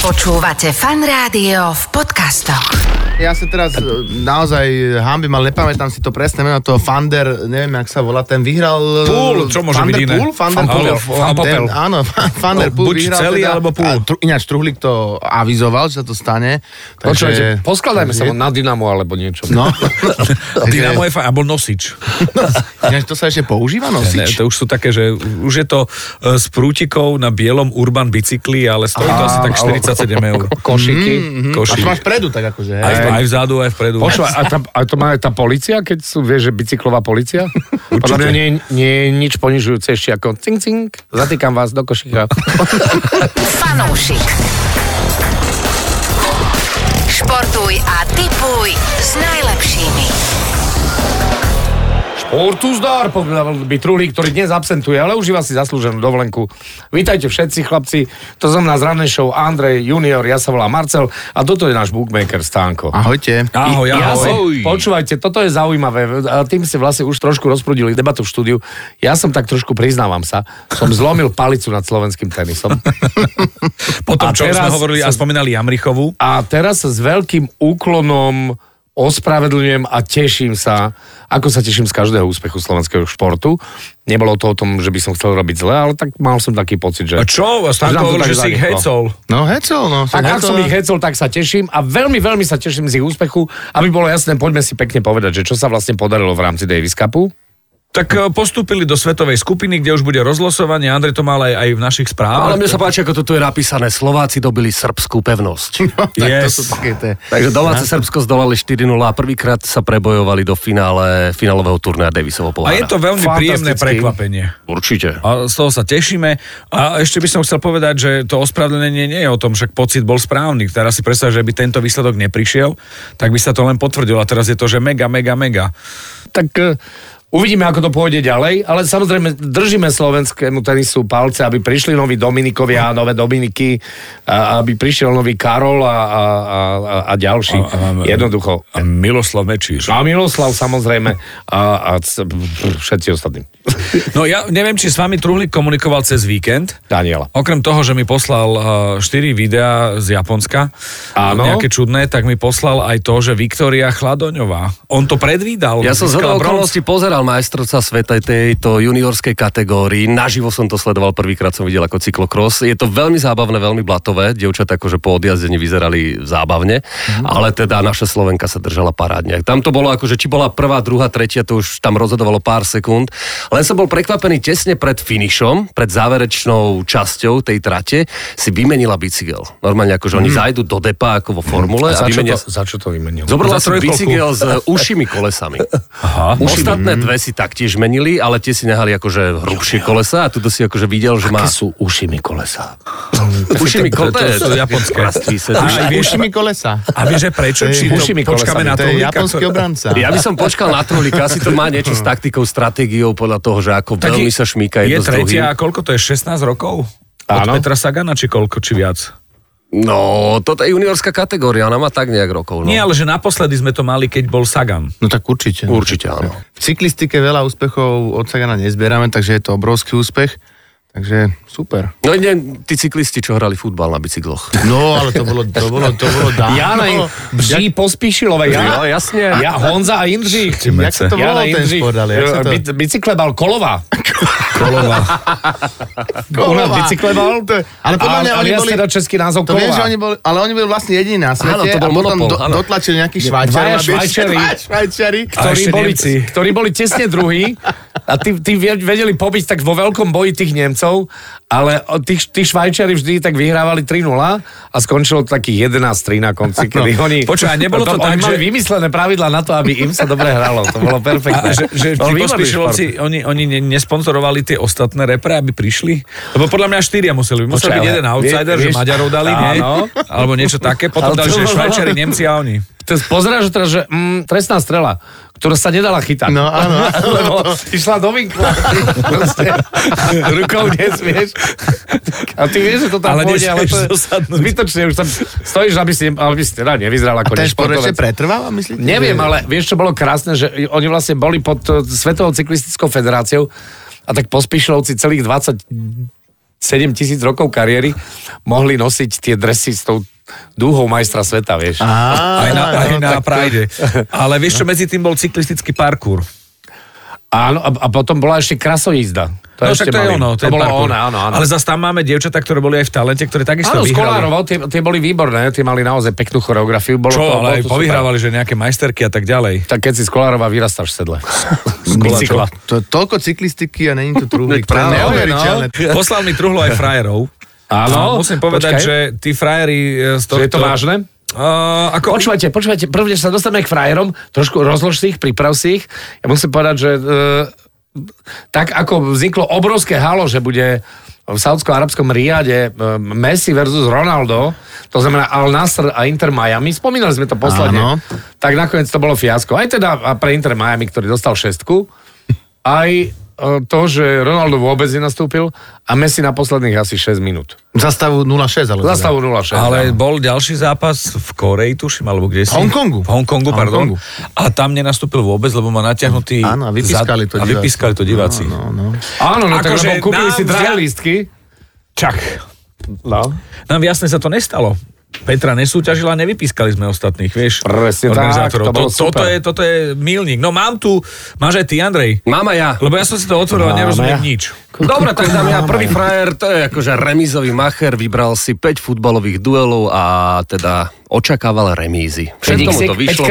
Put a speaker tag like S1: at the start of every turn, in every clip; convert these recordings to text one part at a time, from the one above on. S1: Počúvate fan rádio v podcastoch.
S2: Ja sa teraz e, naozaj hambím, ale nepamätám si to presné meno toho Fander, neviem, jak sa volá, ten vyhral... e,
S3: Pool, čo môže
S2: Van
S3: byť
S2: der
S3: iné?
S2: Pool? Van der
S3: Van
S2: Pool.
S3: Poel,
S2: Ten-
S3: Van Poel.
S2: Áno, Van der
S3: No,
S2: Pool
S3: buď
S2: vyhral.
S3: celý,
S2: teda,
S3: alebo Pool.
S2: a tru- Ináč Truhlík to avizoval, že sa to stane.
S4: Počujete,
S2: Takže...
S4: poskladajme sa len na Dynamo alebo niečo.
S2: No.
S3: Dynamo je fajn, alebo nosič.
S2: Ináč to sa ešte používa no,
S3: Ne,
S2: nosič?
S3: to už sú také, že už je to e, s prútikou na bielom Urban bicykli, ale stojí to asi tak 47 eur.
S4: Košiky.
S2: A
S3: Koši.
S2: to máš vpredu tak akože,
S3: Aj,
S2: hej?
S3: aj vzadu, aj vpredu.
S4: Mm. Počúvaj, a, tá, a to má aj tá policia, keď sú, vieš, že bicyklová policia? Podľa mňa nie, nie je nič ponižujúce ešte ako cing cing, zatýkam vás do košíka.
S1: Fanúšik. Športuj a tipuj s najlepšími.
S4: Športu zdar, povedal by Trulík, ktorý dnes absentuje, ale užíva si zaslúženú dovolenku. Vítajte všetci chlapci, to som nás rannej show Andrej Junior, ja sa volám Marcel a toto je náš bookmaker Stánko.
S2: Ahojte.
S3: Ahoj, ahoj.
S4: Ja som, počúvajte, toto je zaujímavé. A Tým ste vlastne už trošku rozprudili debatu v štúdiu. Ja som tak trošku, priznávam sa, som zlomil palicu nad slovenským tenisom.
S3: Po tom,
S4: A
S3: čo už sme
S4: teraz
S3: hovorili a
S4: sa-
S3: spomínali Jamrichovu,
S4: A teraz sa s veľkým úklonom ospravedlňujem a teším sa, ako sa teším z každého úspechu slovenského športu. Nebolo to o tom, že by som chcel robiť zle, ale tak mal som taký pocit, že...
S3: A čo?
S4: Že nám to
S3: Stanko hovoril,
S4: tak
S3: že si ich
S4: zanechal.
S3: hecol.
S2: No hecol, no.
S4: Tak ak
S2: hecol.
S4: som ich hecol, tak sa teším a veľmi, veľmi sa teším z ich úspechu. Aby bolo jasné, poďme si pekne povedať, že čo sa vlastne podarilo v rámci Davis Cupu.
S3: Tak e, postúpili do svetovej skupiny, kde už bude rozlosovanie. Andrej to mal aj, aj v našich správach.
S5: Ale mne sa páči, ako to tu je napísané. Slováci dobili srbskú pevnosť.
S2: Tak to
S3: Yes.
S2: sú také tie...
S5: Takže domáce Srbsko zdolali 4-0 a prvýkrát sa prebojovali do finále finálového turnaja
S3: A
S5: Davisovho pohára.
S3: je to veľmi
S4: Fantastický.
S3: príjemné prekvapenie.
S5: Určite.
S3: A z toho sa tešíme. A ešte by som chcel povedať, že to ospravedlnenie nie je o tom, však pocit bol správny. Teraz si predstav, že by tento výsledok neprišiel, tak by sa to len potvrdilo. A teraz je to, že mega, mega, mega.
S4: tak e, uvidíme, ako to pôjde ďalej, ale samozrejme držíme slovenskému tenisu palce, aby prišli noví Dominikovia, nové Dominiky, a, aby prišiel nový Karol a, a, a, a ďalší.
S3: A- a- a-
S4: Jednoducho.
S3: A Miloslav Mečíš.
S4: A Miloslav samozrejme a, a c- všetci ostatní.
S3: No ja neviem, či s vami Truhlík komunikoval cez víkend.
S4: Daniela.
S3: Okrem toho, že mi poslal 4 videá z Japonska,
S4: Áno.
S3: nejaké čudné, tak mi poslal aj to, že Viktória Chladoňová. On to predvídal.
S5: Ja som z
S3: Získala bronz.
S5: okolností pozeral majstrovca sveta tejto juniorskej kategórii. Naživo som to sledoval, prvýkrát som videl ako cyklokros. Je to veľmi zábavné, veľmi blatové. Dievčatá akože po odjazdení vyzerali zábavne, ale teda naša Slovenka sa držala parádne. Tam to bolo akože, či bola prvá, druhá, tretia, to už tam rozhodovalo pár sekúnd. Len som bol prekvapený tesne pred finišom, pred záverečnou časťou tej trate, si vymenila bicykel. Normálne akože oni zajdu do depa ako vo formule a,
S4: Za čo,
S5: vymenia...
S4: to, za čo to vymenil?
S5: Zobrala
S3: Za
S5: si
S3: trojkolku.
S5: bicykel s ušimi kolesami. Aha. Ostatné dve si taktiež menili, ale tie si nehali akože hrubšie kolesa a tuto si akože videl, že má...
S4: sú ušimi kolesa.
S5: Ušimi kolesa.
S3: to sú japonské.
S2: Aj ušimi kolesa.
S3: A vieš, že prečo?
S2: To je-
S3: Či to,
S4: Ušimi
S3: počkáme
S4: kolesami,
S3: na
S2: To je
S3: Truhlíka,
S2: japonský
S3: ktorý-
S2: obranca.
S5: Ja by som počkal na trolíka, asi to má niečo s taktikou, stratégiou podľa toho, že ako
S3: Mm. Tak
S5: veľmi sa šmíka
S3: Je
S5: jedno s druhým.
S3: tretia, a koľko to je, 16 rokov? Od
S4: Áno.
S3: Petra Sagana, či koľko, či viac?
S5: No, toto je juniorská kategória, ona má tak nejak rokov. No.
S3: Nie, ale že naposledy sme to mali, keď bol Sagan.
S2: No tak určite.
S5: Určite áno.
S2: V cyklistike veľa úspechov od Sagana nezbierame, takže je to obrovský úspech. Takže super.
S5: No nie, tí cyklisti, čo hrali futbal na bicykloch.
S2: No, ale to bolo, to bolo, to bolo dávno.
S4: Ja na Bží pospíšilové.
S5: No,
S4: Ja,
S5: jasne.
S4: ja Honza a Indřík.
S2: Jak sa to volalo
S4: Jana
S2: ten
S4: Indřík.
S2: šport, ale jak sa to...
S4: Bi- Bicyklebal Kolová.
S3: Kolová.
S4: Ona bicyklebal.
S2: To je- Ale podľa mňa
S4: ale
S2: oni
S4: ja
S2: boli...
S4: teda český názov
S2: To viem, že
S4: Kolová.
S2: oni boli, ale oni boli vlastne jediní na svete
S5: to
S2: a
S5: bol
S2: potom
S5: monopol, áno.
S2: dotlačili nejakých
S4: Dvaja
S2: švajčarov.
S4: Švajčari.
S2: švajčari.
S4: ktorí
S3: ešte
S4: boli,
S3: Nemci.
S4: ktorí boli tesne druhí a tí, tí vie- vedeli pobiť tak vo veľkom boji tých Nemcov, ale o- tí, tí Švajčiari vždy tak vyhrávali 3-0 a skončilo to takých 11-3 na konci, kedy no, oni...
S3: Počúvaj, nebolo to tak,
S4: oni mali
S3: že-
S4: vymyslené pravidla na to, aby im sa dobre hralo. To bolo
S3: A
S4: perfektné.
S3: že, že tí
S4: Bol výborný
S3: pospíšilovci,
S4: šport.
S3: oni, oni ne, nesponzorovali tie ostatné repre, aby prišli? Lebo podľa mňa štyria museli byť. Musel
S4: Počkaj,
S3: byť
S4: ale
S3: jeden
S4: vie-
S3: outsider, že
S4: vieš-
S3: Maďarov dali, nie?
S4: Áno.
S3: Alebo niečo také. Potom
S4: Ale
S3: dali, že
S4: to bolo-
S3: Švajčari, Nemci a oni.
S4: Teraz pozeráš teraz, že mm, trestná strela, ktorá sa nedala chytať.
S2: No, áno.
S4: Lebo išla do vinkla. Proste, rukou nesmieš. A ty vieš, že to tam
S3: Ale
S4: pôjde, ale to je
S3: nesmieš zosadnúť.
S4: zbytočne. Už tam stojíš, aby si, aby si teda nevyzeral ako
S2: Ten šport ešte
S4: nešportovec.
S2: pretrváva, myslíte?
S4: Neviem,
S2: že-
S4: ale vieš, čo bolo krásne, že oni vlastne boli pod eh, Svetovou cyklistickou federáciou a tak pospíšilovci celých 27 tisíc rokov kariéry mohli nosiť tie dresy s tou dúhou majstra sveta, vieš.
S2: Á,
S3: Aj na, aj
S2: no,
S3: na
S2: tak to-
S3: Pride. Ale vieš čo, medzi tým bol cyklistický parkour.
S4: Áno, a, a potom bola ešte krasojízda. To
S3: no však
S4: ešte
S3: to je
S4: mali.
S3: ono.
S4: to
S3: ten
S4: bolo
S3: parkour.
S4: ono, áno, áno.
S3: Ale zase tam máme dievčatá, ktoré boli aj v talente, ktoré takisto
S4: Áno, z
S3: vyhrali.
S4: Kolárova, tie, tie boli výborné, tie mali naozaj peknú choreografiu. Bolo
S3: Čo,
S4: to, bolo
S3: ale aj
S4: to super.
S3: povyhrávali, že nejaké majsterky a tak ďalej.
S4: Tak keď si z Kolárova vyrastáš v sedle. Z
S2: Bicykla.
S4: bicykla.
S2: To je toľko cyklistiky a není to trúhlik. To je
S4: práve, no.
S2: neuveriteľné.
S3: Poslal mi truhlo aj frajerov.
S4: Áno,
S3: A musím povedať,
S4: počkaj.
S3: že tí frajeri... e, Z
S4: Že je to
S3: tohto-
S4: vážne?
S3: Uh, ako
S4: Počúvajte, počúvajte, prvne sa dostaneme k frajerom, trošku rozlož si ich, priprav si ich. Ja musím povedať, že e, tak ako vzniklo obrovské halo, že bude v saudsko-arabskom riade e, Messi versus Ronaldo, to znamená Al Nasr a Inter Miami, spomínali sme to
S2: Áno.
S4: posledne, tak nakoniec to bolo fiasko. Aj teda a pre Inter Miami, ktorý dostal šestku, aj e, to, že Ronaldo vôbec nenastúpil a Messi na posledných asi 6 minút.
S2: Zastavu 0,6, ale...
S4: Zastavu 0-6.
S3: Ale
S4: áno.
S3: bol ďalší zápas v Koreji, tuším, alebo kde si?
S2: V Hongkongu.
S3: V Hongkongu,
S2: V
S3: pardon.
S2: Hongkongu.
S3: A tam nenastúpil vôbec, lebo má natiahnutý...
S2: Áno, a vypískali to
S3: zad- A
S2: diváci.
S3: vypískali to diváci.
S2: No, no.
S4: Áno, no tak
S3: Akože
S4: lebo kúpili
S3: nám
S4: si drahé
S3: vzal-
S4: lístky.
S3: Čak.
S4: No.
S3: Nám jasne sa to nestalo. Petra nesúťažila, nevypískali sme ostatných, vieš?
S4: Presne
S3: organizátorov.
S4: tak, to bolo
S3: to, toto,
S4: super.
S3: je, toto je milník. No mám tu, máš aj ty, Andrej.
S5: Mám aj ja.
S3: Lebo ja som si to otvoril a
S4: Máme.
S3: nerozumiem nič.
S5: Dobre, tak dám ja prvý frajer, to je akože remízový macher, vybral si 5 futbalových duelov a teda očakával remízy. Všetko mu to
S4: 5x,
S5: vyšlo.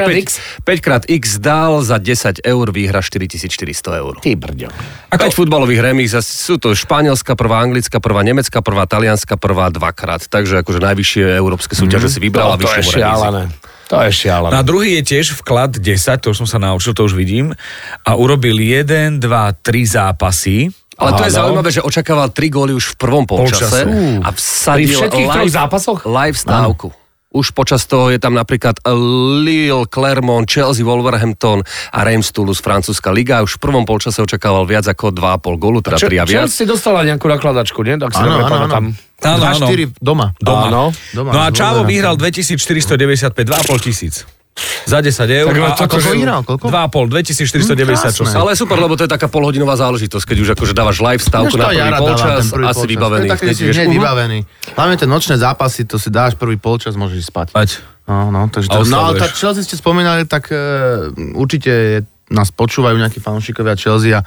S4: 5x?
S5: 5 krát x dal, za 10 eur vyhra 4400 eur.
S4: Ty brďo.
S5: Ako... 5 futbalových remíz, a sú to španielská prvá, anglická prvá, nemecká prvá, talianská prvá dvakrát. Takže akože najvyššie európske súťaže si vybral a
S4: Mhm. No, to je
S5: vyšlo mu remízy.
S4: šialené. To je šialené.
S3: Na druhý je tiež vklad 10, to už som sa naučil, to už vidím. A urobil 1, 2, 3 zápasy.
S5: Ale to je
S4: Áno.
S5: zaujímavé, že očakával tri góly už v prvom polčase
S3: Polčase.
S5: a
S4: Pri
S5: vsadil
S4: všetkých troch zápasoch?
S5: live stávku. Už počas toho je tam napríklad Lille, Clermont, Chelsea, Wolverhampton a Reims Toulouse, francúzska liga. Už v prvom polčase očakával viac ako 2,5 gólu, teda 3 a viac.
S4: si dostala nejakú nakladačku, nie? Ak si
S2: Áno,
S4: dobre
S2: áno, áno.
S4: pamätám.
S3: Áno,
S2: Dva,
S3: áno.
S2: štyri doma.
S4: Doma. Áno.
S2: Doma,
S3: no
S2: zvolená.
S3: a Čavo vyhral 2495, 2,5 tisíc. Za 10 eur.
S4: Tak, ale
S3: A
S4: to
S3: akože-
S2: koľko vyhral? Koľko?
S3: 2,5, 2490, čo
S2: Mm, krásne.
S3: sa...
S5: Ale super, lebo to je taká polhodinová záležitosť, keď už akože dávaš live
S2: Vieš,
S5: stávku na
S2: to
S5: prvý
S2: Jara dáva
S5: polčas
S2: ten prvý
S5: a si
S2: polčas.
S5: vybavený.
S2: To je také,
S5: Hneď
S2: že
S5: ideš,
S2: nie je
S5: mhm.
S2: vybavený. Hlavne tie nočné zápasy, to si dáš prvý polčas, môžeš ísť spať.
S3: Ať.
S2: No, no, takže
S3: A
S2: to, no ale
S3: oslavuješ.
S2: tak Chelsea ste spomínali, tak e, určite je, nás počúvajú nejakí fanúšikovia Chelsea a,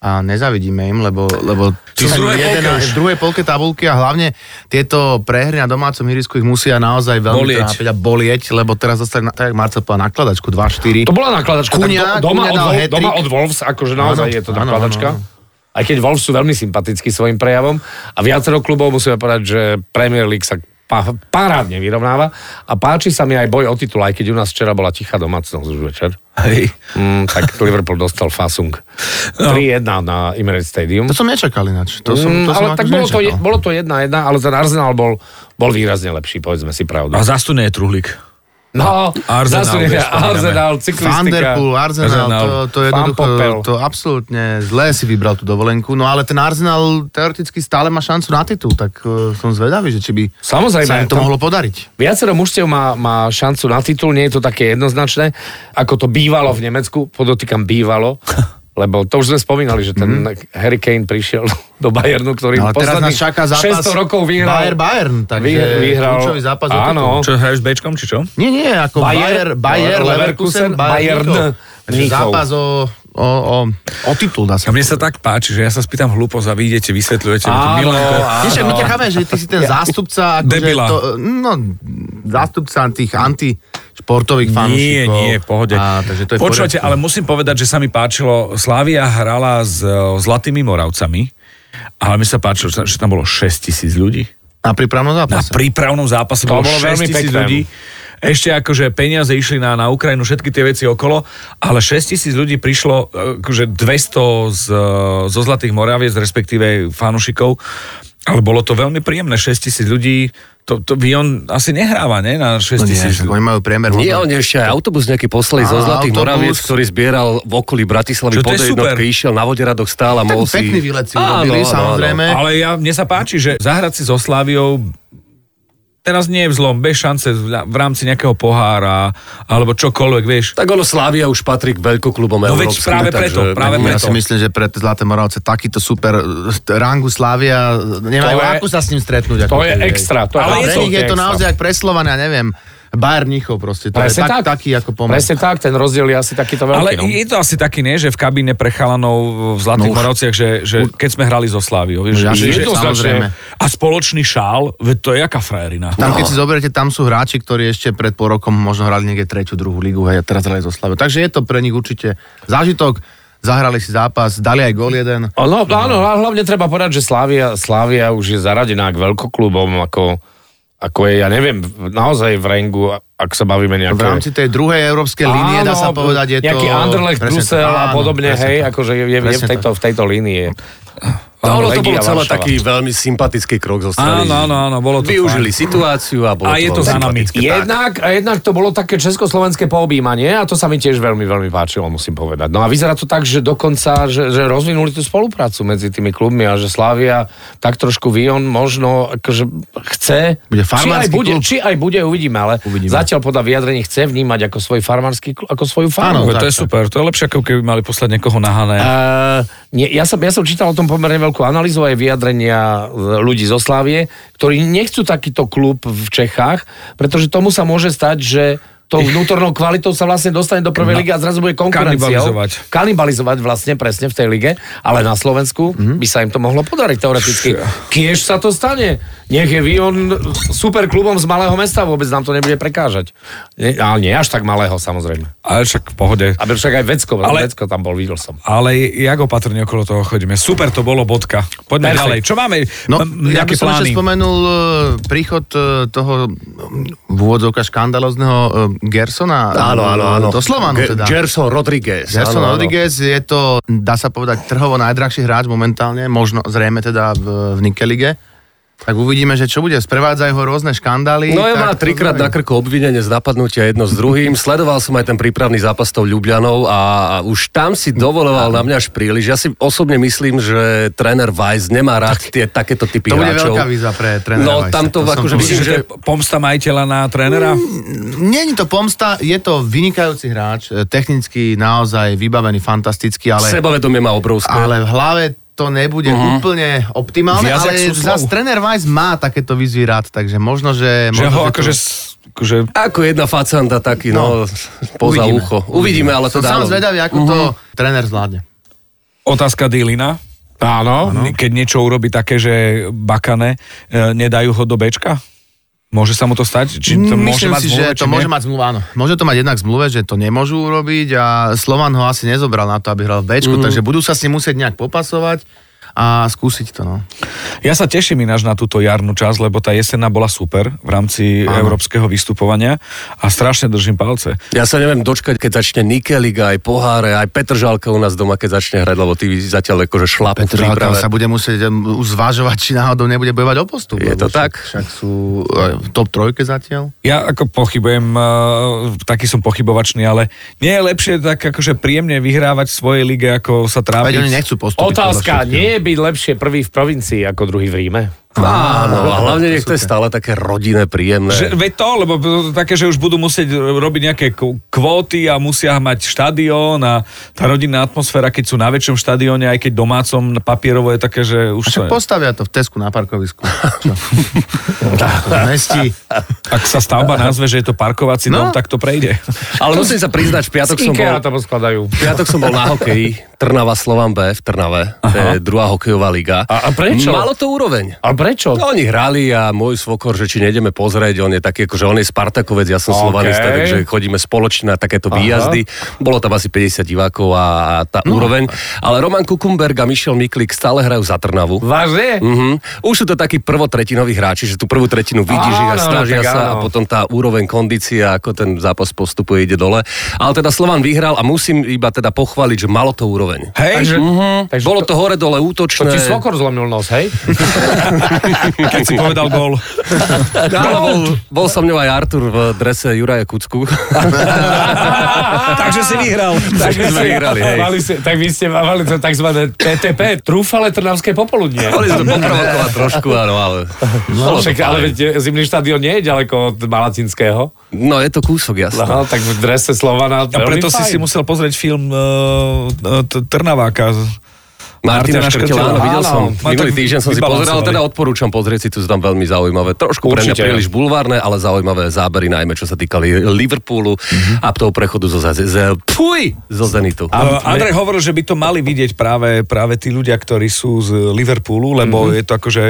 S2: a nezavidíme im, lebo, lebo
S3: Sú v druhej polke
S2: jedená-
S3: už.
S2: v druhej polke tabulky a hlavne tieto prehry na domácom ihrisku ich musia naozaj veľmi
S3: Bolieť.
S2: trápiť a bolieť, lebo teraz dostali, na- tak jak Marcel povedal, nakladačku 2-4.
S4: To bola nakladačka. tak
S2: Kuňa-
S4: do-
S2: Kuňa
S4: doma, od,
S2: dal
S4: Wolf-
S2: hat-trick.
S4: doma od Wolves, akože naozaj
S2: Áno,
S4: je to
S2: áno,
S4: nakladačka.
S2: áno,
S4: Aj keď Wolves sú veľmi sympatickí svojim prejavom a viacero klubov musíme povedať, že Premier League sa pá- parádne vyrovnáva a páči sa mi aj boj o titul, aj keď u nás včera bola tichá domácnosť už večer.
S3: Hej.
S4: Mm, tak Liverpool dostal Fasung. 3-1 na Emirates Stadium.
S2: To som nečakal ináč. To som,
S4: Mm,
S2: to som
S4: ale
S2: akože
S4: tak bolo to, je-
S2: nečakal.
S4: bolo to jedna jedna, ale ten Arsenal bol, bol výrazne lepší, povedzme si pravdu.
S3: A zas tu nie je truhlík.
S4: No,
S3: Arsenal,
S4: zase nie,
S3: vieš, spomíname.
S4: Arsenal, cyklistika.
S2: Vanderpool,
S3: Arsenál.
S2: Arsenal, to, to
S4: Fan
S2: jednoducho,
S4: Popel.
S2: to absolútne zle si vybral tú dovolenku, no ale ten Arsenal teoreticky stále má šancu na titul, tak uh, som zvedavý, že či by
S4: Samozrejme,
S2: sa im to
S4: tam-
S2: mohlo podariť.
S4: Viacero mužstiev má, má šancu na titul, nie je to také jednoznačné, ako to bývalo v Nemecku, podotýkam bývalo, lebo to už sme spomínali, že ten mm. Harry Kane prišiel do Bayernu, ktorý
S2: Ale Mhm. No, teraz nás
S4: posledných
S2: čaká zápas
S4: 600 rokov vyhral.
S2: Bayer Bayern, takže
S4: Vy- vyhral-
S2: kľúčový zápas o
S4: Áno.
S2: titul.
S3: Čo, hraješ s Bčkom, či čo?
S2: Nie, nie, ako Bayer,
S4: Bayer-
S2: Bayer,
S4: Leverkusen,
S2: Leverkusen,
S4: Bayern
S2: Bayern, Mníchov. Takže
S4: Mníchov.
S2: zápas o, o, o, o titul, dá
S3: A
S2: sa
S3: mne sa tak páči, že ja sa spýtam hlúpo a vy idete, vysvetľujete. mi to
S4: Áno,
S3: Milanko.
S4: áno.
S2: Vieš, my ťa chápem, že ty si ten zástupca... akože
S3: Debila.
S2: To, no, zástupca tých antišportových
S3: Nie,
S2: fanúšikov.
S3: nie, v pohode.
S2: Á, takže to je v
S3: Počúvate,
S2: poriadku.
S3: ale musím povedať, že sa mi páčilo, Slavia hrala s e, Zlatými Moravcami, ale mi sa páčilo, že že tam bolo 6 tisíc ľudí.
S2: Na prípravnom
S3: Na
S2: zápase.
S3: prípravnom zápase
S4: To
S3: bolo,
S4: bolo
S3: 6
S4: veľmi
S3: tisíc
S4: pekné.
S3: ľudí. Ešte akože peniaze išli na, na Ukrajinu, všetky tie veci okolo, ale 6 tisíc ľudí prišlo, e, akože 200 z, e, zo Zlatých Moraviec, respektíve fanušikov, ale bolo to veľmi príjemné, 6 tisíc ľudí, to, to by on asi nehráva, ne? Na 6
S2: No nie,
S3: tisíc.
S2: však oni majú priemer.
S5: Nie,
S2: možno-
S5: on ešte aj autobus nejaký poslali
S2: Á,
S5: zo Zlatých
S2: autobus.
S5: Moraviec, ktorý zbieral v okolí Bratislavy
S3: Čo, to
S5: po
S3: je
S5: tej
S3: super.
S5: jednotke, išiel na Voderadoch stál a
S2: Tak
S5: mohol si...
S2: pekný výlet si urobili,
S5: Áno, áno,
S2: samozrejme.
S3: Ale ja, mne sa páči, že zahrať si so Sláviou teraz nie je v zlom, bez šance v v rámci nejakého pohára alebo čokoľvek, vieš.
S5: Tak ono Slavia už patrí k veľkoklubom
S3: No veď
S5: európskym.
S3: práve
S5: takže-
S3: preto, práve
S5: Ja
S2: Ja
S3: preto.
S2: si myslím, že pre Zlaté Moravce takýto super eh, rangu Slavia nemajú
S4: To je-
S2: ako sa s ním stretnúť.
S4: To
S2: ako
S4: je
S2: hej.
S4: extra.
S3: Ale
S4: To je,
S2: Ale pre
S4: absolútne
S2: nich je to
S4: extra.
S2: naozaj jak pre Slovana, neviem, Bayern Mníchov proste. To je
S4: Presne
S2: tak,
S4: tak.
S2: taký ako pomer.
S4: Presne tak, ten rozdiel je asi takýto veľký.
S3: Ale
S4: no.
S3: je to asi taký, ne, že v kabíne pre chalanov v
S2: No už.
S3: Zlatých no, Moravciach, že, že keď sme hrali so Sláviou, vieš,
S2: No jasne,
S3: že, že,
S2: samozrejme.
S3: a spoločný šál, veď to je jaká frajerina.
S2: Tam,
S4: No.
S2: keď si zoberiete, tam sú hráči, ktorí ešte pred pol rokom možno hrali niekde tretiu, druhú ligu, hej, a teraz hrali zo Slavy. Takže je to pre nich určite zážitok, zahrali si zápas, dali aj gól jeden.
S4: No, no, áno, a hlavne treba povedať, že Slavia, Slavia už je zaradená k veľkoklubom, ako, ako je, ja neviem, naozaj v rengu, ak sa bavíme
S2: V
S4: nejaké...
S2: rámci tej druhej európskej línie, dá sa povedať, je
S4: nejaký
S2: to...
S4: Anderlecht,
S2: Presne
S4: Brusel
S2: tak,
S4: a
S2: áno,
S4: podobne,
S2: presne
S4: hej,
S2: tak.
S4: akože je, je, je
S2: Presne
S4: v, tejto, v tejto línii.
S5: No, ono to
S4: Legia
S5: bol celé
S4: Varšava.
S5: taký veľmi sympatický krok zo strany.
S3: Áno, áno, áno, bolo to
S5: Využili
S3: fajn.
S5: situáciu a bolo
S3: A je to
S5: veľmi
S3: za nami.
S5: sympatické, tak.
S4: Jednak, a jednak to bolo také československé poobímanie a to sa mi tiež veľmi, veľmi páčilo, musím povedať. No a vyzerá to tak, že dokonca, že, že rozvinuli tú spoluprácu medzi tými klubmi a že Slavia tak trošku Vion možno akože chce.
S2: Bude
S4: či aj
S2: farmársky
S4: bude,
S2: klub.
S4: či aj bude, uvidíme, ale
S2: Uvidíme.
S4: uvidíme. zatiaľ podľa vyjadrení chce vnímať ako svoj farmársky klub, ako svoju farmu.
S2: Áno,
S3: Veď to
S2: tak,
S3: je super, to je lepšie, ako keby mali poslať niekoho na Hané.
S4: Uh, nie, ja, som, ja som čítal o tom pomerne veľkú analýzu aj vyjadrenia e, ľudí zo Slávie, ktorí nechcú takýto klub v Čechách, pretože tomu sa môže stať, že tou vnútornou kvalitou sa vlastne dostane do prvej ligy a zrazu bude konkurenciou.
S3: Kanibalizovať.
S4: Kanibalizovať vlastne presne v tej lige, ale na Slovensku by sa im to mohlo podariť teoreticky. Kiež sa to stane. Nech je Vion super klubom z malého mesta, vôbec nám to nebude prekážať. Ne, ale nie až tak malého samozrejme.
S3: Ale však v pohode.
S4: Ale však aj Vecko,
S3: Ale-
S4: ale... Vecko tam bol, videl som.
S3: Ale jak opatrne okolo toho chodíme. Super to bolo, bodka. Poďme
S4: Perfekt.
S3: ďalej. Čo máme?
S2: No, ja
S3: M-
S5: Hm,
S2: by
S3: nejaké
S2: som ešte
S3: plány?
S2: spomenul e, príchod e, toho mm, v úvodzovka škandalozného e, Gersona
S5: Áno, áno, áno.
S2: do Slovanu.
S5: Ge-
S2: Teda.
S5: Gerson Rodriguez.
S2: Gerson
S5: áno, áno.
S2: Rodriguez je to, dá sa povedať, trhovo najdrahší hráč momentálne, možno zrejme teda v, v Nikelige. Tak uvidíme, že čo bude. Sprevádzajú ho rôzne škandály.
S5: No ja
S2: tak
S5: má
S2: to
S5: trikrát
S2: neviem.
S5: na krku obvinenie z napadnutia jedno s druhým. Sledoval som aj ten prípravný zápas s tou Ljubljanou a a už tam si dovoloval na mňa až príliš. Ja si osobne myslím, že tréner Weiss nemá rád tie takéto typy
S2: To bude
S5: hráčov.
S2: veľká výzva pre trénera
S5: No
S2: Weissa,
S5: tam
S2: to
S5: to,
S2: som
S5: akože
S2: povedal.
S3: Myslím,
S5: vidím, že
S3: že pomsta majiteľa na trénera?
S2: Mm, Není to pomsta, je to vynikajúci hráč, e, technicky naozaj vybavený, fantastický, ale...
S5: sebavedomie má obrovské.
S2: Ale v hlave to nebude uh-huh. úplne optimálne,
S3: Viac
S2: ale
S3: jak Mhm. sú
S2: zase
S3: slovu.
S2: tréner Weiss má takéto výzvy rád, takže možno, že...
S3: Že
S2: možno,
S3: ho
S2: že
S3: akože...
S2: to...
S3: s- akože
S5: Ako jedna facanda taký, no, poza
S2: uvidíme.
S5: ucho. Uvidíme, ale to
S2: Som sám zvedavý, ako uh-huh. to
S3: Mhm.
S2: tréner zvládne.
S3: otázka Dýlina. Áno. Keď niečo urobí také, že bakane, e, nedajú ho do bečka? Môže sa mu to stať? Či to môže
S2: Mm, Myslím
S3: mať
S2: si,
S3: zmluvu,
S2: že
S3: či
S2: to
S3: nie?
S2: môže mať zmluvu, áno. Môže to mať jednak v zmluve, že to nemôžu urobiť a Slovan ho asi nezobral na to, aby hral v
S3: Mhm.
S2: Bčku, takže budú sa s ním musieť nejak popasovať a skúsiť to, no.
S3: Ja sa teším ináč na túto jarnú časť, lebo tá jesenná bola super v rámci Áno. európskeho vystupovania a strašne držím palce.
S5: Ja sa neviem dočkať, keď začne Nikeliga, aj Poháre, aj Petržalka u nás doma, keď začne hrať, lebo ty zatiaľ akože šlapu v
S2: Petrálka
S5: príprave.
S2: sa bude musieť um, už zvažovať, či náhodou nebude bojovať o postup.
S5: Je
S2: lebo
S5: to
S2: však-
S5: tak.
S2: Však sú e, v top trojke zatiaľ.
S3: Ja ako pochybujem, eh, taký som pochybovačný, ale nie je lepšie tak akože príjemne vyhrávať v svojej lige, ako sa trápiť.
S2: Veď oni nechcú postúpiť. podľa
S4: Otázka,
S2: všetkého.
S4: nie je byť lepšie prvý v provincii ako druhý v Ríme?
S5: Áno, a hlavne nech to je stále také rodinné, príjemné.
S3: Že, veď to, lebo to také, že už budú musieť robiť nejaké k- kvóty a musia mať štadión a tá rodinná atmosféra, keď sú na väčšom štadióne, aj keď domácom papierovo je také, že už to
S2: Však
S3: je.
S2: postavia to v Tesku na parkovisku. Čo? To Mestí.
S3: Ak sa stavba nazve, že je to parkovací
S2: No.
S3: dom, tak to prejde.
S5: Ale musím sa priznať, v piatok som bol...
S4: Ikea to poskladajú.
S5: V piatok som bol na hokeji Trnava Slovan B v Trnave. To je druhá hokejová liga.
S4: A- a prečo?
S5: Malo to úroveň.
S4: A prečo?
S5: No, oni hrali a môj svokor, že či nejdeme pozrieť, on je taký, akože on je Spartakovec, ja
S4: OK.
S5: som okay. Slovanista, takže chodíme spoločne na takéto výjazdy. Bolo tam asi 50 divákov a a tá no. úroveň. Ale Roman Kukumberg a Mišel Miklik stále hrajú za Trnavu.
S4: Vážne?
S5: Mm-hmm. Už sú to takí prvotretinoví hráči, že tú prvú tretinu vidíš ich
S4: Áno,
S5: a snažia
S4: tak
S5: sa a
S4: áno.
S5: potom tá úroveň kondície, ako ten zápas postupuje, ide dole. Ale teda Slovan vyhral a musím iba teda pochváliť, že malo to úroveň.
S3: Hej,
S4: Takže,
S5: Mm-hmm.
S4: Mhm. takže
S5: Bolo
S4: to,
S5: to hore-dole
S4: to
S5: útočné.
S4: ti svokor zlomil nos, hej?
S3: Keď si povedal gól.
S5: bol, bol so mňou aj Artur v drese Juraja Kucku.
S3: Takže si vyhral.
S5: Takže sme vyhrali, hej.
S4: Mali ste, tak vy ste mali to tzv. TTP, trúfale trnavské popoludnie.
S5: Boli sme poprovokovať trošku, áno, ale...
S4: No,
S5: bolo to
S4: však, ale
S5: fajn.
S4: veď zimný štadión nie je ďaleko od Malacinského.
S5: No, je to kúsok, jasné.
S4: No, tak v drese Slovana.
S3: A preto si si musel pozrieť film uh, t- Trnaváka.
S5: Martina
S3: Martina
S5: Škrtela,
S3: Škrtela,
S5: áno, videl
S4: áno.
S5: som.
S3: Ma tak
S5: Minulý týždeň som si pozeral,
S3: vybalancovali.
S5: teda odporúčam pozrieť si, tu sú tam veľmi zaujímavé. Trošku pre mňa
S4: Určite.
S5: príliš bulvárne, ale zaujímavé zábery, najmä čo sa týkali Liverpoolu a toho prechodu zo, z, z, puj, zo
S3: A
S5: Zenitu.
S3: No, Andrej hovoril, že by to mali vidieť práve, práve tí ľudia, ktorí sú z Liverpoolu, lebo mm-hmm. je to akože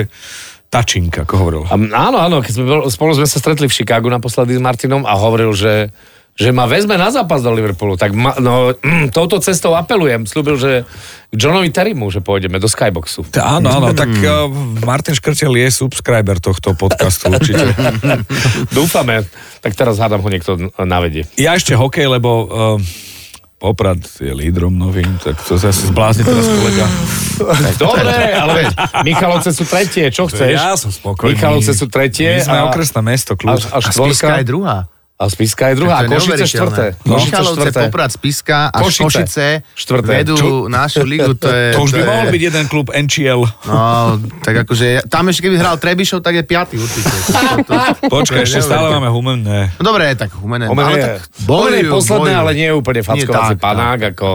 S3: touching, ako hovoril.
S4: A, m- áno, áno, keď sme, bol- spolu sme sa stretli v Chicagu naposledy s Martinom a hovoril, že že ma vezme na zápas do Liverpoolu. Tak ma, no, mm, touto cestou apelujem. Slúbil, že k Johnovi Terrymu, že pôjdeme do Skyboxu.
S3: T- Áno, áno, tak uh, Martin Škrtel je subscriber tohto podcastu určite.
S4: Dúfame. Tak teraz hádam ho niekto n- navedie.
S3: Ja ešte hokej, lebo uh, Poprad je lídrom novým, tak to zase zblázni teraz kolega.
S4: Dobre, ale veď, Michalovce sú tretie, čo chceš?
S3: Ja som spokojný.
S4: Michalovce sú
S3: My
S4: tretie.
S3: sme
S4: a-
S3: okresné mesto,
S4: A,
S3: kľud.
S4: a,
S2: A
S4: štvorka,
S2: Spiska je druhá.
S4: a Spiska je druhá, a
S2: To je
S4: Košice
S2: neuveriteľné.
S4: štvrté.
S2: No.
S4: Košice
S2: Michalovce,
S4: štvrté.
S2: Poprad, Spiska a
S4: Košice.
S2: Košice,
S4: Štvrté.
S2: vedú
S4: Čo?
S2: našu ligu. To, je,
S3: To už by
S2: je-
S3: mohol byť jeden klub NCL.
S2: No, tak akože, ja- tam ešte keby hral Trebišov, tak je piatý určite. To, to,
S3: Počkaj, ešte stále máme humenné.
S2: no dobre, tak Humene.
S4: Omen
S2: ale
S4: je,
S2: tak
S4: Omen je
S2: bojujú,
S4: posledné,
S2: bojujú.
S4: ale nie je úplne fackovací
S2: tak, no. tak.
S4: panák, ako...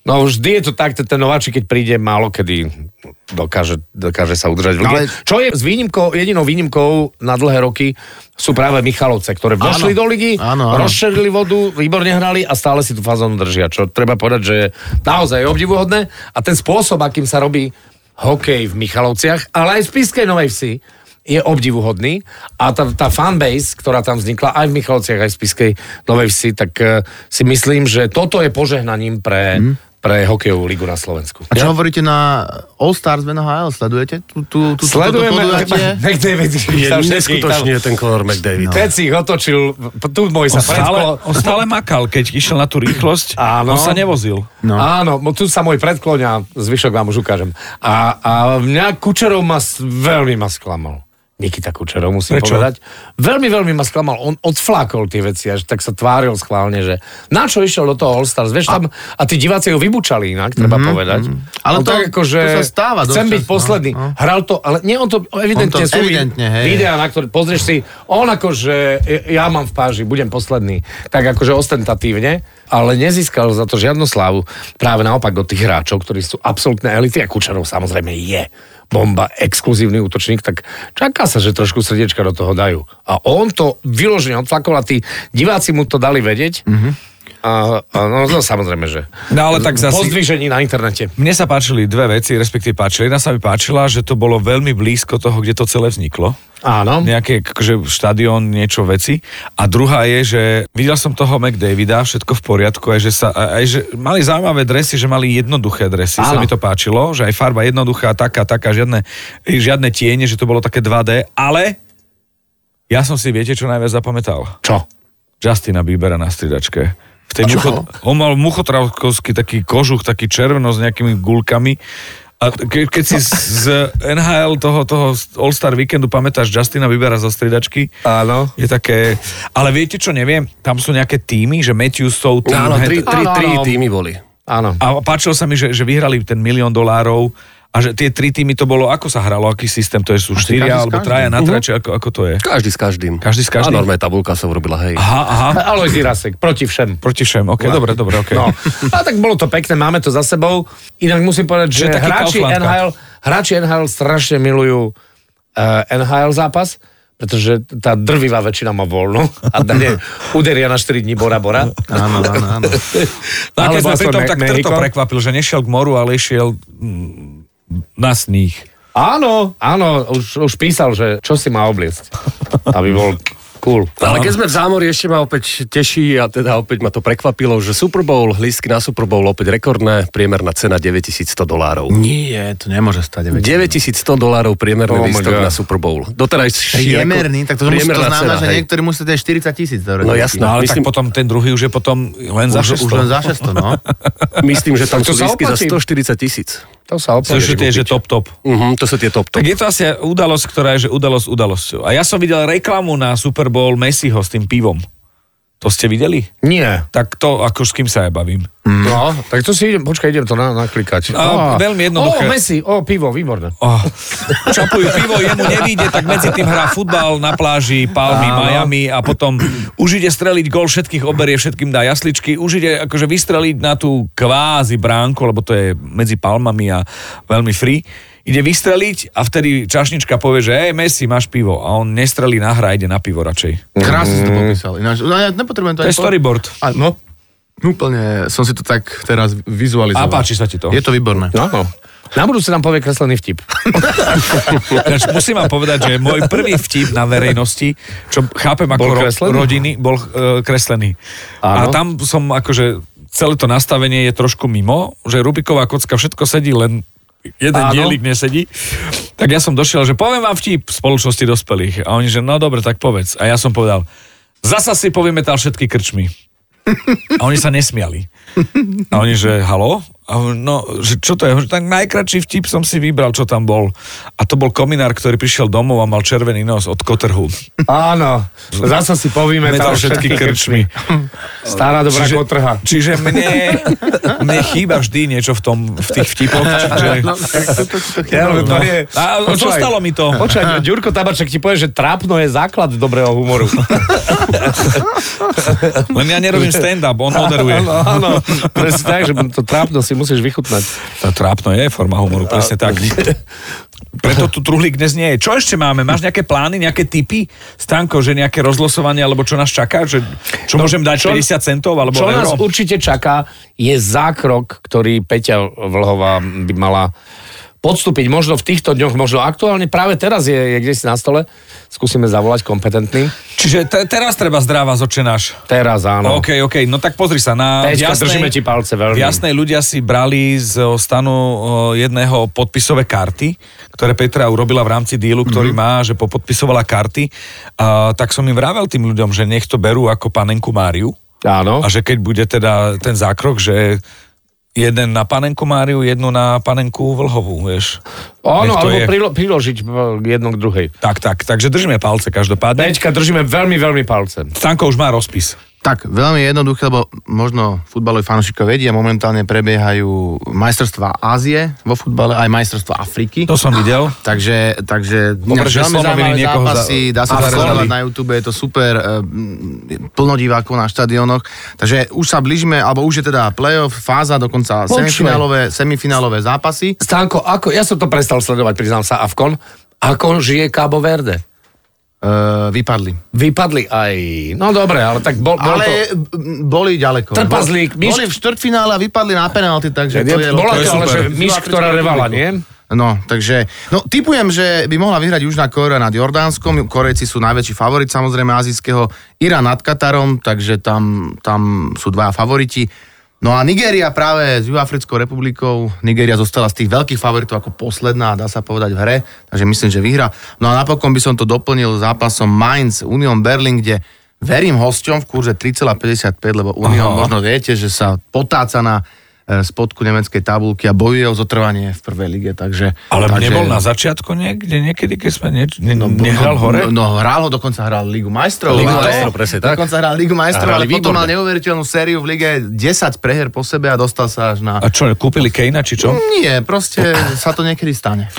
S4: No vždy je to tak, ten ten nováčik, keď príde, málo kedy dokáže, dokáže sa udržať v
S2: No
S4: lige.
S2: Ale-
S4: Čo je s výnimkou, jedinou výnimkou na dlhé roky sú práve Michalovce, ktoré vošli do ligy,
S2: Áno, áno.
S4: rozšerili vodu, výborne hrali a stále si tú fazónu držia, čo treba povedať, že je naozaj obdivuhodné a ten spôsob, akým sa robí hokej v Michalovciach, ale aj v Spiskej Novej Vsi, je obdivuhodný a tá, tá fanbase, ktorá tam vznikla aj v Michalovciach, aj v Spiskej Novej Vsi, tak e, si myslím, že toto je požehnaním pre, pre hokejovú ligu na Slovensku.
S2: A čo hovoríte na All Stars v NHL? Sledujete tú, tú, tú,
S4: Sledujeme,
S2: toto podujatie?
S4: McDavid,
S5: Je
S4: sa všetkých
S5: neskutočne ten Conor McDavid.
S4: Keď si ich otočil, tu môj
S3: On
S4: sa
S3: stále,
S4: predklo...
S3: on stále makal, keď išiel na tú rýchlosť.
S4: Áno.
S3: On sa nevozil.
S4: No. Áno, mo- tu sa môj predkloňa, zvyšok vám už ukážem. A, a mňa Kučerov ma, s- veľmi ma sklamal. Nikita Kučerov, musím
S3: Prečo?
S4: povedať. Veľmi, veľmi ma sklamal. On odflákol tie veci, až tak sa tváril schválne, že na čo išiel do toho All Stars. Vieš, tam, a tí diváci ho vybučali inak, treba mm-hmm, povedať.
S2: Mhm, Ale
S4: On
S2: to-
S4: tak ako, že
S2: to sa stáva
S4: Chcem
S2: dosť
S4: byť
S2: často,
S4: posledný.
S2: no, no.
S4: Hral to, ale nie, on to evidentne
S2: On to
S4: sú vi-
S2: evidentne, hej.
S4: videá, na ktoré pozrieš si, on akože, e, ja mám v páži, budem posledný. Tak akože ostentatívne, ale nezískal za to žiadnu slávu. Práve naopak od tých hráčov, ktorí sú absolútne elity a Kučerov samozrejme je bomba, exkluzívny útočník, tak čaká sa, že trošku srdiečka do toho dajú. A on to vyložene odflakoval a tí diváci mu to dali vedieť.
S2: Mhm.
S4: Mm-hmm. A, a no, no samozrejme, že
S3: No ale tak
S4: po
S3: zase...
S4: zdvižení na internete.
S3: Mne sa páčili dve veci, respektíve páčili. Jedna sa mi páčila, že to bolo veľmi blízko toho, kde to celé vzniklo.
S4: Áno.
S3: Nejaké akože, štadión, niečo veci. A druhá je, že videl som toho McDavida, všetko v poriadku, aj že, sa, aj, že mali zaujímavé dresy, že mali jednoduché dresy. Sa
S4: Áno.
S3: mi to páčilo, že aj farba jednoduchá, taká, taká, žiadne, žiadne tiene, že to bolo také 2D. Ale ja som si, viete, čo najviac zapamätal?
S4: Čo?
S3: Justina Biebera na striedačke. V tej mucho, on mal muchotravkovský taký kožuch, taký červeno s nejakými gulkami. A ke, keď si z- z NHL toho, toho All-Star víkendu pamätáš Justina Biebera zo striedačky,
S4: Áno.
S3: je také... Ale viete čo, neviem, tam sú nejaké týmy, že Matthewsov tým...
S5: Áno, tri,
S3: hej,
S5: tri,
S4: Áno,
S5: tri
S4: áno.
S5: týmy boli.
S4: Áno.
S3: a páčilo sa mi, že, že vyhrali ten milión dolárov a že tie tri týmy to bolo, ako sa hralo, aký systém, to je, sú
S2: Asi každý
S3: štyria
S2: s
S3: alebo
S2: každým.
S3: traja na traja, či ako, ako to je?
S5: Každý s každým.
S3: Každý s každým?
S5: A normálne tabulka sa urobila, hej.
S3: Aha, aha,
S4: Alojz Irasek, proti všem.
S3: proti všem, ok, dobre, dobre, ok.
S4: No, a tak bolo to pekné, máme to za sebou. Inak musím povedať, že,
S3: Že taký
S4: hráči
S3: Kauflandka.
S4: NHL, hráči NHL strašne milujú uh, NHL zápas, pretože tá drvivá väčšina má voľno a dane uderia na 4 dní Bora Bora.
S2: Áno, áno, áno.
S3: No a keď
S4: Alebo
S3: sme
S4: aspoň
S3: pri tom,
S4: Me-
S3: tak Trto
S4: Mexiko.
S3: prekvapil, že nešiel k moru, ale išiel mm, na sníh.
S4: Áno, áno, už, už písal, že čo si má obliecť, aby bol cool.
S5: Ale keď sme v zámori, ešte ma opäť teší a teda opäť ma to prekvapilo, že Super Bowl, lístky na Super Bowl opäť rekordné, priemerná cena 9100 dolárov.
S2: Nie, to nemôže stať. veď.
S5: 9100 dolárov priemerný
S4: Oh
S5: oh
S4: my
S5: lístok
S4: God.
S5: na Super Bowl. Doteraj
S2: Priemerný, tak to, musí, to znamená, že niektorí musí dať 40 tisíc.
S5: No jasné.
S3: No ale
S5: Myslím-
S3: tak potom ten druhý už je potom len za
S2: Už, už len
S3: 600.
S2: za 600, no.
S5: Myslím, že tam
S4: Tak to
S5: sú
S4: sa
S5: lístky za
S4: oplatí.
S5: 140 tisíc.
S4: To sa
S3: To
S4: opäť.
S3: sú tie, že top, top.
S5: Uh-huh, to sú tie top
S3: Tak
S5: top.
S3: je to asi udalosť, ktorá je že udalosť udalosťou. A ja som videl reklamu na Super Bowl Messiho s tým pivom. To ste videli?
S4: Nie.
S3: Tak to, ako s kým sa ja bavím.
S4: No, tak to si idem, počkaj, idem to na, naklikať.
S3: Mhm. A, veľmi jednoduché.
S4: O, Messi, o, pivo, výborné.
S3: Oh, čapujú pivo, jemu nevíde, tak medzi tým hrá futbal na pláži Palmy, Miami a potom už ide streliť gol, všetkých oberie, všetkým dá jasličky, už ide akože vystreliť na tú kvázi bránku, lebo to je medzi Palmami a veľmi free. Ide vystreliť a vtedy čašnička povie, že hej, Messi, máš pivo. A on nestrelí na hra, ide na pivo radšej.
S2: Krásne si to popísal. Ináč, no, ja nepotrebujem to
S3: To je
S2: ani povedať.
S3: storyboard.
S2: A, no, úplne som si to tak teraz vizualizoval.
S3: A páči sa ti to.
S2: Je to výborné.
S4: No, no. Na budúce nám povie kreslený vtip.
S3: Ináč, musím vám povedať, že môj prvý vtip na verejnosti, čo chápem ako
S4: Bol
S3: ro-
S4: kreslený?
S3: rodiny, bol e, kreslený.
S4: Áno.
S3: A tam som akože, celé to nastavenie je trošku mimo, že Rubiková kocka všetko sedí, len jeden
S4: Áno.
S3: Áno. dielik nesedí. Tak ja som došiel, že poviem vám vtip spoločnosti dospelých. A oni, že no dobre, tak povedz. A ja som povedal, zasa si povymetal všetky krčmy. A oni sa nesmiali. A oni, že halo? A on, no, že čo to je? Hovorím, Tak najkračší vtip som si vybral, čo tam bol. A to bol kominár, ktorý prišiel domov a mal červený nos od kotrhu.
S4: Áno, zasa si povíme
S3: Metal všetky krčmy.
S4: Stará dobrá
S3: Čiže-
S4: kotrha.
S3: Čiže mne, mne chýba vždy niečo v, tom, v tých vtipoch. Čiže...
S4: Ja, no, to
S3: No.
S4: je...
S3: A zostalo mi to.
S4: Počkaj, Ďurko Tabaček ti povie, že trápno je základ dobrého humoru.
S3: Len ja nerobím stand-up, on moderuje.
S4: Áno, áno. Presne tak, že to trápno si musíš vychutnať.
S3: Tá trápno je forma humoru, presne tak. Preto tu truhlík dnes nie je. Čo ešte máme? Máš nejaké plány, nejaké typy? Stanko, že nejaké rozlosovanie, alebo čo nás čaká? Že, No, čo môžem dať? 50 centov? Alebo
S4: Čo nás
S3: euro?
S4: určite čaká, je zákrok, ktorý Peťa Vlhová by mala podstúpiť. Možno v týchto dňoch, možno aktuálne. Práve teraz je, je kde si na stole. Skúsime zavolať kompetentným.
S3: Čiže te, teraz treba zdravá z očenáš.
S4: Teraz áno.
S3: OK, OK, no tak pozri sa na...
S4: Peťka, držíme ti palce veľmi.
S3: Jasné, ľudia si brali z o, stanu o, jedného podpisové karty, ktoré Petra urobila v rámci dílu,
S4: Mhm.
S3: ktorý má, že popodpisovala karty. A, tak som im vravel tým ľuďom, že nech to berú ako panenku Máriu.
S4: Áno.
S3: A že keď bude teda ten zákrok, že jeden na panenku Máriu, jednu na panenku Vlhovú, vieš.
S4: Áno,
S3: Nech to
S4: alebo
S3: je.
S4: prilo- priložiť eh, jedno k druhej.
S3: Tak, tak, takže držíme palce každopádne.
S4: Peťka, držíme veľmi, veľmi palce.
S3: Stanko už má rozpis.
S2: Tak, veľmi jednoduché, lebo možno futbaloví fanúšikovia vedia, momentálne prebiehajú majstrovstvá Ázie vo futbale, aj majstrovstvá Afriky.
S3: To som videl.
S2: Takže, takže
S3: Dobre,
S2: ináč
S3: že
S2: veľmi
S3: Slonoviny
S2: zaujímavé
S3: niekoho za-
S2: zápasy, dá sa
S3: a
S2: sledovať
S3: skolali.
S2: na YouTube, je to super, ehm, plno divákov na štadionoch, takže už sa blížime, alebo už je teda playoff, fáza, dokonca
S4: Počkaj.
S2: semifinálové, semifinálové zápasy.
S4: Stanko, ako, ja som to prestal sledovať, priznám sa, Avkon. Ako žije Cabo Verde?
S2: Eh, vypadli.
S4: Vypadli aj... No dobre, ale tak bol, bol to...
S2: Ale m, boli ďaleko.
S4: Trpazlík,
S2: Bol-
S4: Miš-
S2: Boli v štvrtfinále a vypadli na penalty, takže to je...
S4: bola
S3: to
S4: to,
S3: je
S4: ale
S3: super.
S4: že myš, ktorá revala, nie?
S2: No, takže, no, typujem, že by mohla vyhrať Južná Korea nad Jordánskom. Korejci sú najväčší favorit, samozrejme, azijského. Irán nad Katarom, takže tam, tam sú dvaja favoriti. No a Nigéria práve s Juhafrickou republikou. Nigéria zostala z tých veľkých favoritov ako posledná, dá sa povedať, v hre. Takže myslím, že vyhra. No a napokon by som to doplnil zápasom Mainz Union Berlin, kde verím hosťom v kurze 3,55, lebo Union
S3: Aha.
S2: možno No viete, že sa potáca na e, spodku nemeckej tabulky a bojuje o zotrvanie v prvej lige, takže...
S3: Ale
S2: takže,
S3: nebol na začiatku niekde, niekedy, keď sme nieč, ne, no,
S2: bol-
S3: nehral hore?
S2: No, no hral ho, dokonca hral Ligu majstrov.
S5: Ligu
S2: ale-
S5: majstrov, presne tak.
S2: Dokonca hral Ligu majstrov,
S5: A
S2: ale
S5: hrali
S2: potom
S5: výborne.
S2: mal neuveriteľnú sériu v lige 10 preher po sebe a dostal sa až na...
S3: A čo, kúpili Kejna, či čo?
S2: Nie, proste sa to niekedy stane.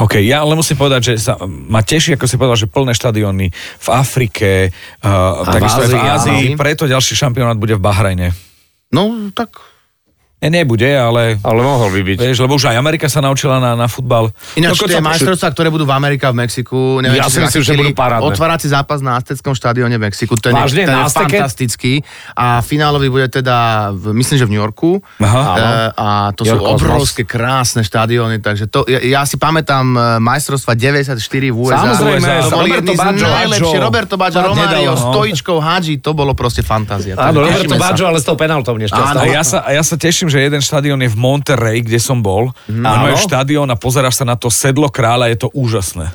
S3: OK, ja ale musím povedať, že sa ma teší, ako si povedal, že plné štadióny v Afrike, uh, takisto aj v
S2: Ázii,
S3: Ázii,
S2: áno.
S3: preto ďalší šampionát bude v Bahrajne.
S2: No, tak...
S3: Ne, nebude, ale...
S4: Ale mohol by byť.
S3: Vieš, lebo už aj Amerika sa naučila na, na futbal.
S2: Ináč
S3: Dokonca-
S2: tie majstrovstvá, ktoré budú v Amerike a v Mexiku, neviem,
S4: Ja
S2: či
S4: si
S2: ste
S4: myslím, že
S2: zachytili,
S4: budú parádne.
S2: Otvárací zápas na Azteckom štadióne v Mexiku, ten,
S4: Vážne,
S2: je, ten je
S4: na Azteke?
S2: fantastický a finálový bude teda, v, myslím, že v New Yorku
S3: Aha.
S2: E, a to sú
S4: New York Cosmos.
S2: obrovské, krásne štadióny, takže to, ja, ja si pamätám e, majstrovstva 94 v USA.
S4: Samozrejme,
S2: to boli
S4: Roberto
S2: jedni z
S4: Baggio.
S2: najlepších, Roberto Baggio,
S3: Nedalo,
S2: Romario,
S3: no.
S2: Stojičkov, Hadži, to bolo proste fantázia. Takže
S4: Áno, Roberto
S2: tešíme sa.
S4: Baggio, ale s tou
S3: A
S4: penaltou nešťastnou.
S3: ja sa, a ja sa teším, myslím, že jeden štadión je v Monterrey, kde som bol.
S2: Mhm.
S3: Mm, Áno. štadión a pozeráš sa na to sedlo kráľa, je to úžasné.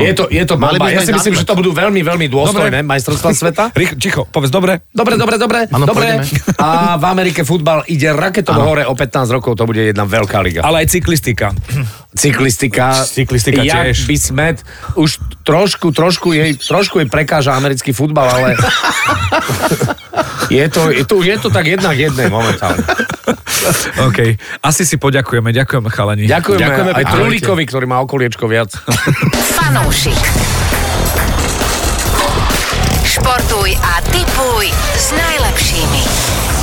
S4: Je to, je to
S2: Mali
S4: bomba.
S2: by sme
S4: Ja si
S2: ísť
S4: myslím,
S2: na
S4: že to budú veľmi, veľmi dôstojné majstrovstvá sveta.
S3: Rýchlo, ticho, povedz, dobre?
S4: Dobre, dobre, dobre.
S2: Áno,
S4: dobre.
S2: pôjdeme.
S4: A v Amerike futbal ide raketovo hore o 15 rokov, to bude jedna veľká liga.
S3: Ale aj cyklistika.
S4: Cyklistika.
S3: Cyklistika
S4: jak
S3: tiež.
S4: by smet, už trošku, trošku jej, trošku jej prekáža americký futbal, ale je, to, je, to, je to tak jednak jednej momentálne.
S3: OK. Asi si poďakujeme. Ďakujeme, chalani.
S4: Ďakujeme,
S2: Ďakujeme
S4: Ďakujeme aj
S2: pekne.
S4: Trulíkovi, ktorý má okoliečko viac.
S1: Fanúšik. Športuj a tipuj s najlepšími.